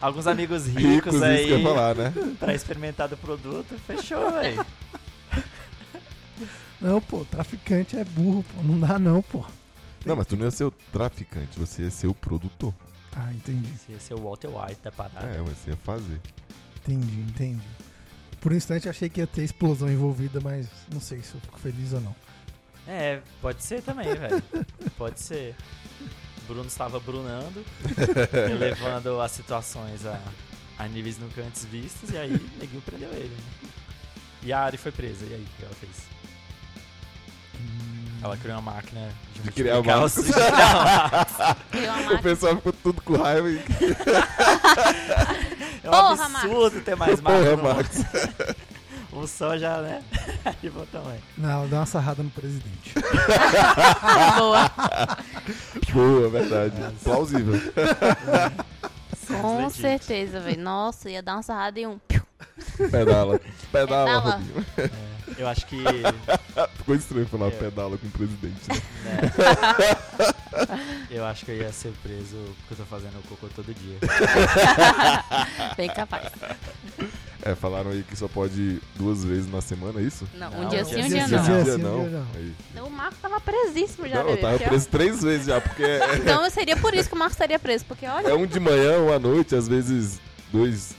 [SPEAKER 6] Alguns amigos ricos,
[SPEAKER 4] Ricos, isso
[SPEAKER 6] aí
[SPEAKER 4] que eu ia falar, né?
[SPEAKER 6] pra experimentar do produto. Fechou, velho.
[SPEAKER 2] Não, pô, traficante é burro, pô. Não dá, não, pô.
[SPEAKER 4] Não, mas tu não ia ser o traficante, você ia ser o produtor.
[SPEAKER 2] Tá, entendi.
[SPEAKER 6] Esse é o Walter White da parada.
[SPEAKER 4] É, você ia fazer.
[SPEAKER 2] Entendi, entendi. Por um instante eu achei que ia ter explosão envolvida, mas não sei se eu fico feliz ou não.
[SPEAKER 6] É, pode ser também, velho. Pode ser. Bruno estava brunando, elevando as situações a, a níveis nunca antes vistos, e aí Neguinho prendeu ele. né? E a Ari foi presa, e aí o que ela fez?
[SPEAKER 2] Hum,
[SPEAKER 6] Ela criou uma máquina de, um assim.
[SPEAKER 4] De criar
[SPEAKER 6] multiplicar
[SPEAKER 4] uma-
[SPEAKER 6] os- de criar uma-
[SPEAKER 5] Criou uma
[SPEAKER 4] O
[SPEAKER 5] máquina.
[SPEAKER 4] pessoal ficou tudo com raiva e
[SPEAKER 6] É um
[SPEAKER 5] Porra,
[SPEAKER 6] absurdo ter mais máquina.
[SPEAKER 4] porra,
[SPEAKER 6] no
[SPEAKER 4] Max.
[SPEAKER 6] mundo. Um só já, né? E bom tamanho.
[SPEAKER 2] Não, dá uma sarrada no presidente.
[SPEAKER 5] Ah, Boa.
[SPEAKER 4] Boa, verdade. Plausível.
[SPEAKER 5] Com certeza, velho. Nossa, ia dar uma sarrada e um. piu.
[SPEAKER 4] Pedala. Pedala,
[SPEAKER 5] Pedala.
[SPEAKER 4] Robinho.
[SPEAKER 6] É, Eu acho que. né?
[SPEAKER 4] Ficou estranho falar
[SPEAKER 6] É.
[SPEAKER 4] pedala com o presidente. Né?
[SPEAKER 6] né, eu acho que eu ia ser preso porque eu tô fazendo cocô todo dia.
[SPEAKER 5] Bem capaz.
[SPEAKER 4] É, falaram aí que só pode duas vezes na semana, é isso?
[SPEAKER 5] Não,
[SPEAKER 6] Não,
[SPEAKER 5] um dia sim, um
[SPEAKER 2] sim,
[SPEAKER 5] dia
[SPEAKER 2] um
[SPEAKER 5] não.
[SPEAKER 2] dia sim, um dia não.
[SPEAKER 4] Aí.
[SPEAKER 5] O Marco tava presíssimo já,
[SPEAKER 4] Não, eu
[SPEAKER 5] bebê.
[SPEAKER 4] tava
[SPEAKER 5] porque, ó.
[SPEAKER 4] preso três vezes já, porque é,
[SPEAKER 5] Então seria por isso que o Marco estaria preso, porque olha.
[SPEAKER 4] é um de manhã, um à noite, às vezes dois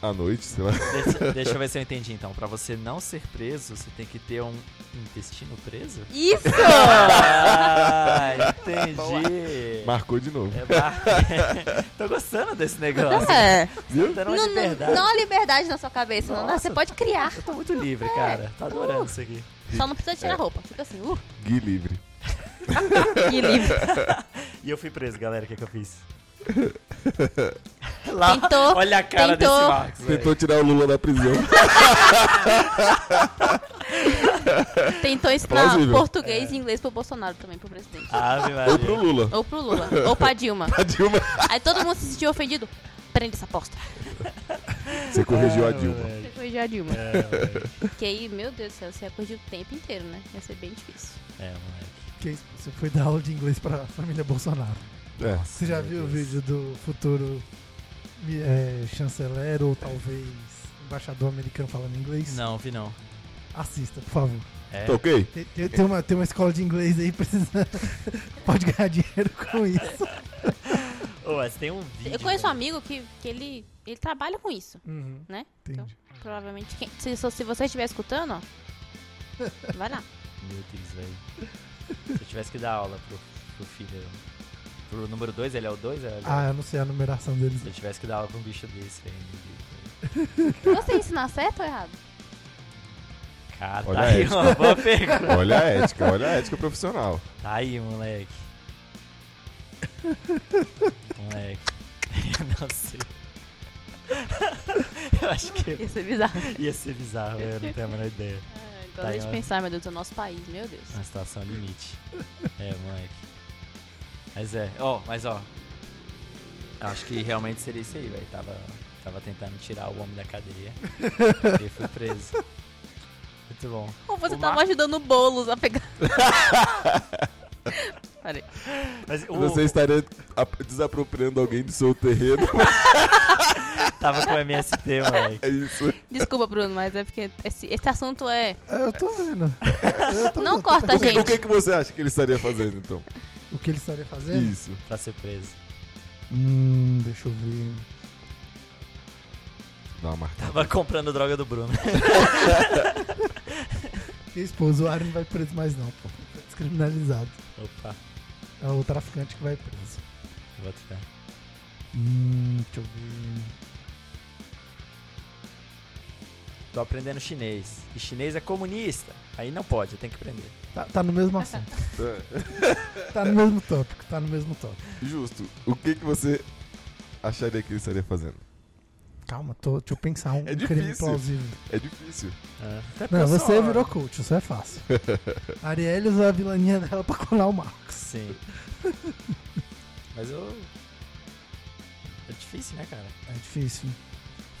[SPEAKER 4] à noite, sei lá.
[SPEAKER 6] Deixa, deixa eu ver se eu entendi então. Pra você não ser preso, você tem que ter um intestino preso?
[SPEAKER 5] Isso!
[SPEAKER 6] Ah, entendi.
[SPEAKER 4] Marcou de novo.
[SPEAKER 6] É mar- Tô gostando desse negócio.
[SPEAKER 5] É.
[SPEAKER 4] Viu?
[SPEAKER 6] Tá dando
[SPEAKER 5] Não,
[SPEAKER 6] uma
[SPEAKER 5] não,
[SPEAKER 6] liberdade.
[SPEAKER 5] não há liberdade na sua cabeça, não dá.
[SPEAKER 6] Nossa.
[SPEAKER 5] Você pode criar. É,
[SPEAKER 6] Eu tô muito livre, cara. É. Tá adorando isso aqui.
[SPEAKER 5] Só não precisa tirar a roupa. Fica assim, uh,
[SPEAKER 4] Gui livre.
[SPEAKER 5] que livre.
[SPEAKER 6] E eu fui preso, galera. O que, que eu fiz? Lá,
[SPEAKER 5] Tentou,
[SPEAKER 6] olha a cara desse
[SPEAKER 5] tentou.
[SPEAKER 6] Marcos. velho.
[SPEAKER 4] Tentou tirar o Lula da prisão.
[SPEAKER 5] Tentou ensinar
[SPEAKER 4] Plausível.
[SPEAKER 5] português
[SPEAKER 6] É.
[SPEAKER 5] e inglês pro Bolsonaro também, pro presidente.
[SPEAKER 6] Ave
[SPEAKER 4] Ou pro
[SPEAKER 6] Maria.
[SPEAKER 4] Lula.
[SPEAKER 5] Ou pro Lula. Ou pra Dilma.
[SPEAKER 4] A Dilma.
[SPEAKER 5] Aí todo mundo se sentiu ofendido. Prende essa aposta.
[SPEAKER 4] Você
[SPEAKER 6] Ah,
[SPEAKER 4] corrigiu a Dilma.
[SPEAKER 6] velho.
[SPEAKER 5] Foi já a Dilma.
[SPEAKER 6] É, moleque.
[SPEAKER 5] Porque aí, meu Deus do céu, você ia corrigir o tempo inteiro, né? Ia ser bem difícil.
[SPEAKER 6] É, moleque.
[SPEAKER 2] Que isso, você foi dar aula de inglês pra família Bolsonaro.
[SPEAKER 4] É.
[SPEAKER 2] Você já
[SPEAKER 6] Meu
[SPEAKER 2] viu o
[SPEAKER 6] Deus.
[SPEAKER 2] vídeo do futuro mi- é, chanceler ou talvez embaixador americano falando inglês?
[SPEAKER 6] Não, vi não.
[SPEAKER 2] Assista, por favor.
[SPEAKER 6] É.
[SPEAKER 4] Tá ok?
[SPEAKER 2] Tem, tem- tem uma, tem uma escola de inglês aí precisando. Pode ganhar dinheiro com isso.
[SPEAKER 6] Ô, mas tem um vídeo.
[SPEAKER 5] Eu conheço um
[SPEAKER 6] velho.
[SPEAKER 5] amigo que, que ele, ele trabalha com isso,
[SPEAKER 2] Uhum,
[SPEAKER 5] né?
[SPEAKER 2] entendi.
[SPEAKER 5] Provavelmente. Quem, se, se você estiver escutando, ó. Vai lá.
[SPEAKER 6] Meu Deus, velho. Se eu tivesse que dar aula pro, pro filho. Pro número 2, ele é o 2?
[SPEAKER 2] Ah, é. eu não sei a numeração deles.
[SPEAKER 6] Se eu tivesse que dar aula pra um bicho desse, velho. meu Deus,
[SPEAKER 5] Você ensina certo ou é errado?
[SPEAKER 6] velho. Cara,
[SPEAKER 4] Olha
[SPEAKER 6] tá aí
[SPEAKER 4] isso.
[SPEAKER 6] uma boa pergunta.
[SPEAKER 4] Olha a ética, olha a ética profissional.
[SPEAKER 6] Tá aí, moleque. Moleque. Eu não sei. Eu acho que
[SPEAKER 5] Ia ser é bizarro.
[SPEAKER 6] ia ser bizarro, velho. Eu não tenho a menor ideia.
[SPEAKER 5] Agora a
[SPEAKER 6] Tá, Ah,
[SPEAKER 5] gente
[SPEAKER 6] eu-
[SPEAKER 5] então pensar, meu Deus, do nosso país, meu Deus.
[SPEAKER 6] Uma situação limite. É, moleque. Mas é, ó, mas ó. Eu Acho que realmente seria isso aí, velho. Tava, tava tentando tirar o homem da cadeia. e fui preso. Muito bom.
[SPEAKER 5] Ou você tá
[SPEAKER 6] O
[SPEAKER 5] tava
[SPEAKER 6] Mar-
[SPEAKER 5] ajudando o Boulos a pegar. Peraí.
[SPEAKER 6] Mas o,
[SPEAKER 4] Você estaria ap- desapropriando alguém do seu terreno.
[SPEAKER 6] tava com MST, moleque.
[SPEAKER 4] É isso.
[SPEAKER 5] Desculpa, Bruno, mas é porque esse, esse assunto é.
[SPEAKER 6] Tá
[SPEAKER 2] É, Eu tô vendo.
[SPEAKER 5] Não corta,
[SPEAKER 4] O que, o
[SPEAKER 5] Tá, gente.
[SPEAKER 4] que que você acha que ele estaria fazendo, então?
[SPEAKER 2] O que ele estaria fazendo?
[SPEAKER 4] Isso.
[SPEAKER 6] Pra ser preso.
[SPEAKER 2] Hum, deixa eu ver.
[SPEAKER 4] Dá uma marcada.
[SPEAKER 6] Tava comprando droga do Bruno.
[SPEAKER 2] Porque pô, o usuário não vai preso mais não, pô. Foi Descriminalizado.
[SPEAKER 6] Opa,
[SPEAKER 2] É o traficante que vai preso.
[SPEAKER 6] vou ficar.
[SPEAKER 2] Hum, deixa eu ver.
[SPEAKER 6] Tô aprendendo chinês. E chinês é comunista. Aí não pode, eu tenho que aprender.
[SPEAKER 2] Tá, tá no mesmo assunto.
[SPEAKER 4] É,
[SPEAKER 2] Tá no mesmo tópico, tá no mesmo tópico.
[SPEAKER 4] Justo. O que que você acharia que ele estaria fazendo?
[SPEAKER 2] Calma, tô, deixa eu pensar um
[SPEAKER 4] É
[SPEAKER 2] crime
[SPEAKER 4] difícil.
[SPEAKER 2] plausível.
[SPEAKER 4] É difícil.
[SPEAKER 6] Até porque
[SPEAKER 2] Não,
[SPEAKER 6] eu sou-
[SPEAKER 2] você virou coach, isso é fácil. A Arielle usa a vilania dela pra colar o Marcos.
[SPEAKER 6] Sim. Mas eu. É difícil, né, cara?
[SPEAKER 2] É difícil.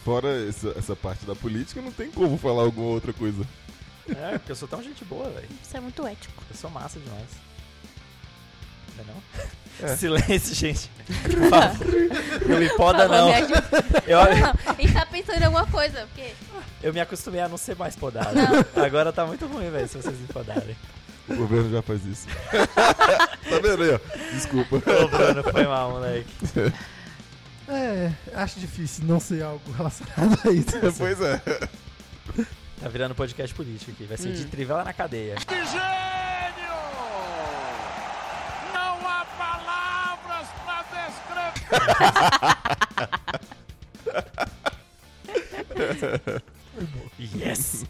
[SPEAKER 4] Fora essa, essa parte da política, não tem como falar alguma outra coisa.
[SPEAKER 6] É, porque eu sou tão gente boa, velho.
[SPEAKER 5] Isso é muito ético.
[SPEAKER 6] Eu sou massa demais. Não é não?
[SPEAKER 4] É.
[SPEAKER 6] Silêncio, gente. Por favor. Não me poda,
[SPEAKER 5] Por favor,
[SPEAKER 6] não.
[SPEAKER 5] me ajuda.
[SPEAKER 6] Eu,
[SPEAKER 5] A gente tá pensando em alguma coisa, porque.
[SPEAKER 6] eu me acostumei a não ser mais podado. Agora tá muito ruim, velho, se vocês me podarem.
[SPEAKER 4] O governo já faz isso. tá vendo aí, ó? Desculpa.
[SPEAKER 6] Ô, Bruno, foi mal, moleque.
[SPEAKER 2] É, acho difícil não ser algo relacionado a isso.
[SPEAKER 4] pois é.
[SPEAKER 6] Tá virando podcast político aqui. Vai ser de trivela na cadeia.
[SPEAKER 8] Não há palavras pra descrever.
[SPEAKER 6] Yes!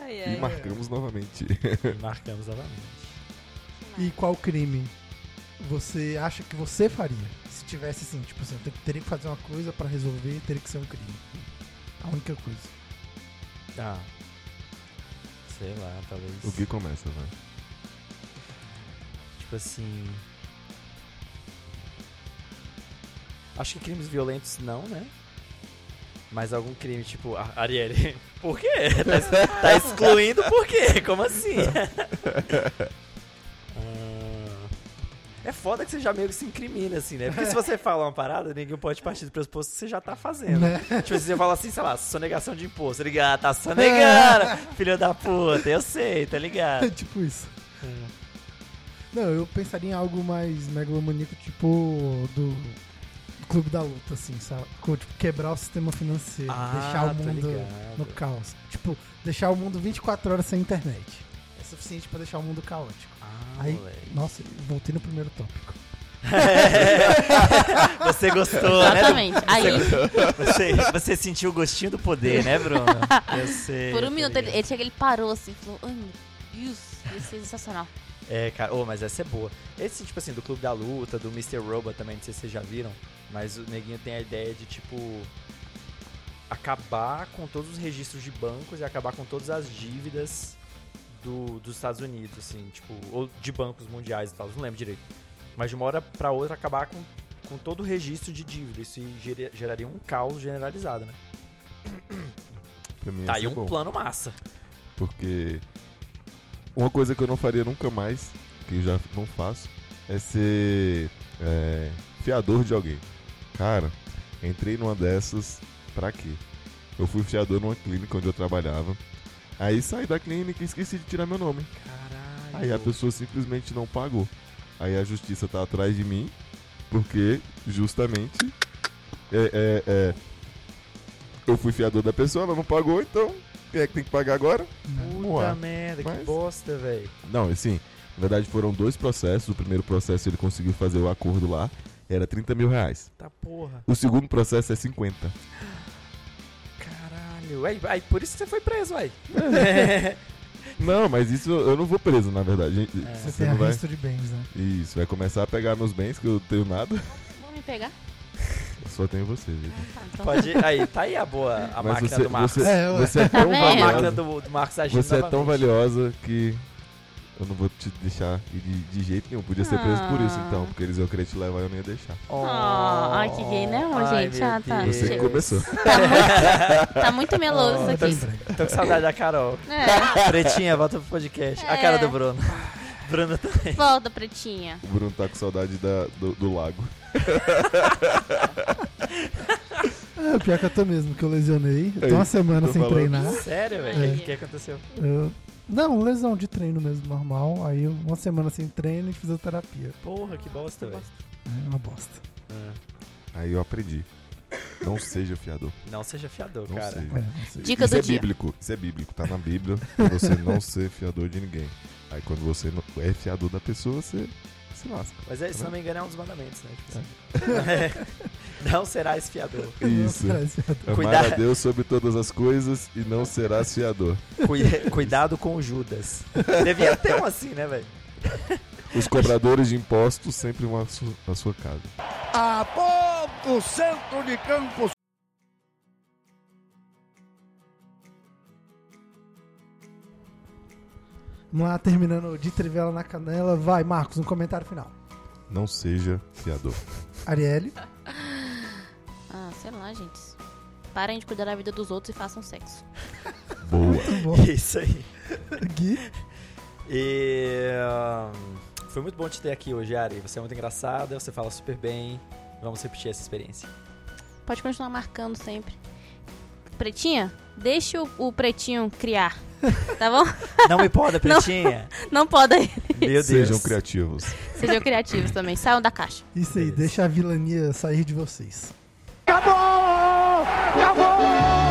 [SPEAKER 5] Ai,
[SPEAKER 4] E
[SPEAKER 5] ai.
[SPEAKER 4] marcamos novamente.
[SPEAKER 6] E marcamos novamente.
[SPEAKER 2] E qual crime você acha que você faria? Se tivesse assim, tipo assim, eu teria que fazer uma coisa pra resolver, teria que ser um crime. A única coisa.
[SPEAKER 6] Ah. Sei lá, talvez.
[SPEAKER 4] O que começa, vai?
[SPEAKER 6] Tipo assim. Acho que crimes violentos não, né? Mas algum crime, tipo, a- Arielle. Por quê? Tá, es- tá excluindo por quê? Como assim? Ah, é foda que você já meio que se incrimina, assim, né? Porque se você fala uma parada, ninguém pode partir do pressuposto que você já tá fazendo.
[SPEAKER 2] Né?
[SPEAKER 6] Tipo, se você fala assim, sei lá, sonegação de imposto, tá ligado? Tá sonegando, filho da puta, eu sei, tá
[SPEAKER 2] É
[SPEAKER 6] ligado?
[SPEAKER 2] tipo isso. Não, eu pensaria em algo mais megalomaníaco, tipo do Clube da Luta, assim, sabe? Com, Tipo, quebrar o sistema financeiro, deixar o
[SPEAKER 6] Ah, tô
[SPEAKER 2] mundo
[SPEAKER 6] ligado.
[SPEAKER 2] no caos. Tipo, deixar o mundo 24 horas sem internet. É suficiente pra deixar o mundo caótico.
[SPEAKER 6] Ah,
[SPEAKER 2] Aí,
[SPEAKER 6] moleque.
[SPEAKER 2] nossa, voltei no primeiro tópico.
[SPEAKER 6] Você gostou, né?
[SPEAKER 5] Exatamente. Aí,
[SPEAKER 6] Você, você sentiu o gostinho do poder, né, Bruno? Eu sei.
[SPEAKER 5] por um
[SPEAKER 6] tá
[SPEAKER 5] minuto, ele,
[SPEAKER 6] ligado.
[SPEAKER 5] ele chega, ele parou assim, falou: Ai, meu Deus, isso é sensacional.
[SPEAKER 6] É, cara, ô, mas essa é boa. Esse, tipo assim, do Clube da Luta, do Mr. Robot também, não sei se vocês já viram, mas o neguinho tem a ideia de, tipo, acabar com todos os registros de bancos e acabar com todas as dívidas do, dos Estados Unidos, assim, tipo, ou de bancos mundiais e tal, não lembro direito. Mas de uma hora pra outra acabar com, com todo o registro de dívida. Isso gera- geraria um caos generalizado, né?
[SPEAKER 4] Pra mim
[SPEAKER 6] Tá
[SPEAKER 4] esse
[SPEAKER 6] aí
[SPEAKER 4] é
[SPEAKER 6] um
[SPEAKER 4] bom.
[SPEAKER 6] plano massa.
[SPEAKER 4] Porque uma coisa que eu não faria nunca mais, que eu já não faço, é ser é, fiador de alguém. Cara, entrei numa dessas, pra quê? Eu fui fiador numa clínica onde eu trabalhava. Aí saí da clínica e esqueci de tirar meu nome.
[SPEAKER 6] Caralho.
[SPEAKER 4] Aí é a pessoa simplesmente não pagou. Aí a justiça tá atrás de mim, porque justamente é, é, é, eu fui fiador da pessoa, ela não pagou, então quem é que tem que pagar agora?
[SPEAKER 6] Puta
[SPEAKER 4] Ué,
[SPEAKER 6] merda, que
[SPEAKER 4] mas-
[SPEAKER 6] bosta, velho.
[SPEAKER 4] Não, assim, na verdade foram dois processos. O primeiro processo ele conseguiu fazer o acordo lá, era 30 mil reais.
[SPEAKER 6] Tá porra.
[SPEAKER 4] O segundo processo é 50.
[SPEAKER 6] Caralho. Aí, aí, por isso que você foi preso, aí.
[SPEAKER 4] Não, mas isso eu não vou preso, na verdade.
[SPEAKER 2] Você, é
[SPEAKER 4] Você
[SPEAKER 2] tem
[SPEAKER 4] não vai?
[SPEAKER 2] arresto de bens, né?
[SPEAKER 4] Isso, vai começar a pegar meus bens, que eu tenho nada.
[SPEAKER 5] Vamos me pegar? Ah,
[SPEAKER 4] Só tenho você, Vitor.
[SPEAKER 5] Tá, então.
[SPEAKER 6] Pode ir. Aí, tá aí a boa a máquina
[SPEAKER 4] você,
[SPEAKER 6] do Marcos.
[SPEAKER 4] Você,
[SPEAKER 2] É, ué.
[SPEAKER 4] você é tão
[SPEAKER 5] vendo?
[SPEAKER 6] Né? A máquina
[SPEAKER 4] valiosa.
[SPEAKER 6] do, do Marcos agindo
[SPEAKER 4] Você é tão
[SPEAKER 6] novamente.
[SPEAKER 4] valiosa que eu não vou te deixar ir de, de jeito nenhum. Podia ser preso por isso, então, porque eles iam querer te levar e eu não ia deixar.
[SPEAKER 5] Ah, ai, que gay, né, amor,
[SPEAKER 6] Oh, Ai,
[SPEAKER 5] gente?
[SPEAKER 6] meu
[SPEAKER 5] Ah, tá.
[SPEAKER 6] Deus.
[SPEAKER 4] Você que começou.
[SPEAKER 5] Tá muito meloso
[SPEAKER 6] Oh,
[SPEAKER 5] isso
[SPEAKER 6] tá
[SPEAKER 5] aqui.
[SPEAKER 6] Tô com saudade da Carol.
[SPEAKER 5] É,
[SPEAKER 6] Pretinha, volta pro podcast. A
[SPEAKER 5] É.
[SPEAKER 6] cara do Bruno. Bruno tá também.
[SPEAKER 5] volta, pretinha.
[SPEAKER 4] O Bruno tá com saudade da- do, do lago.
[SPEAKER 2] É, pior que eu tô mesmo, que eu lesionei. Eu tô
[SPEAKER 4] Aí,
[SPEAKER 2] uma semana
[SPEAKER 4] tô
[SPEAKER 2] sem
[SPEAKER 4] falando.
[SPEAKER 2] treinar.
[SPEAKER 6] Sério, velho? O que, que aconteceu?
[SPEAKER 2] Eu- Não, lesão de treino mesmo, normal. Aí eu- uma semana sem treino e fisioterapia.
[SPEAKER 6] Porra, que bosta, velho.
[SPEAKER 2] É uma bosta.
[SPEAKER 4] É. Aí eu aprendi. Não seja fiador.
[SPEAKER 6] Não seja fiador,
[SPEAKER 4] Não
[SPEAKER 6] cara.
[SPEAKER 2] É,
[SPEAKER 4] seja.
[SPEAKER 2] não sei.
[SPEAKER 5] Dica
[SPEAKER 4] isso
[SPEAKER 5] do
[SPEAKER 4] é
[SPEAKER 5] dia.
[SPEAKER 4] bíblico. Isso é bíblico. Tá na Bíblia pra você não ser fiador de ninguém. Aí quando você não é fiador da pessoa, você se lasca.
[SPEAKER 6] Mas é, se não me engano, é um dos mandamentos, né? Tipo assim.
[SPEAKER 4] É.
[SPEAKER 6] Não será esse fiador.
[SPEAKER 4] Isso. Amar
[SPEAKER 6] Cuidar-
[SPEAKER 4] a Deus sobre todas as coisas e não serás fiador.
[SPEAKER 6] Cui- Cuidado com o Judas. Devia ter um assim, né, velho?
[SPEAKER 4] Os cobradores de impostos sempre vão à su- à sua casa.
[SPEAKER 8] A bomba!
[SPEAKER 9] o centro de campo
[SPEAKER 2] Vamos lá, terminando de trivela na canela. Vai, Marcos, um comentário final.
[SPEAKER 4] Não seja fiador.
[SPEAKER 2] Arielle,
[SPEAKER 5] Ah, sei lá, gente. Parem de cuidar da vida dos outros e façam sexo.
[SPEAKER 2] Tá
[SPEAKER 4] Boa.
[SPEAKER 6] É Isso aí.
[SPEAKER 2] Gui,
[SPEAKER 6] E. hum, foi muito bom te ter aqui hoje, Ari. Você é muito engraçada, você fala super bem. Vamos repetir essa experiência.
[SPEAKER 5] Pode continuar marcando sempre. Pretinha, deixe o, o pretinho criar. Tá bom?
[SPEAKER 6] Não me poda, pretinha.
[SPEAKER 5] Não podem.
[SPEAKER 6] Meu Deus.
[SPEAKER 4] Sejam criativos.
[SPEAKER 5] Sejam criativos também. Saiam da caixa.
[SPEAKER 2] isso aí,
[SPEAKER 6] Beleza.
[SPEAKER 2] deixa a vilania sair de vocês.
[SPEAKER 9] Acabou! Acabou!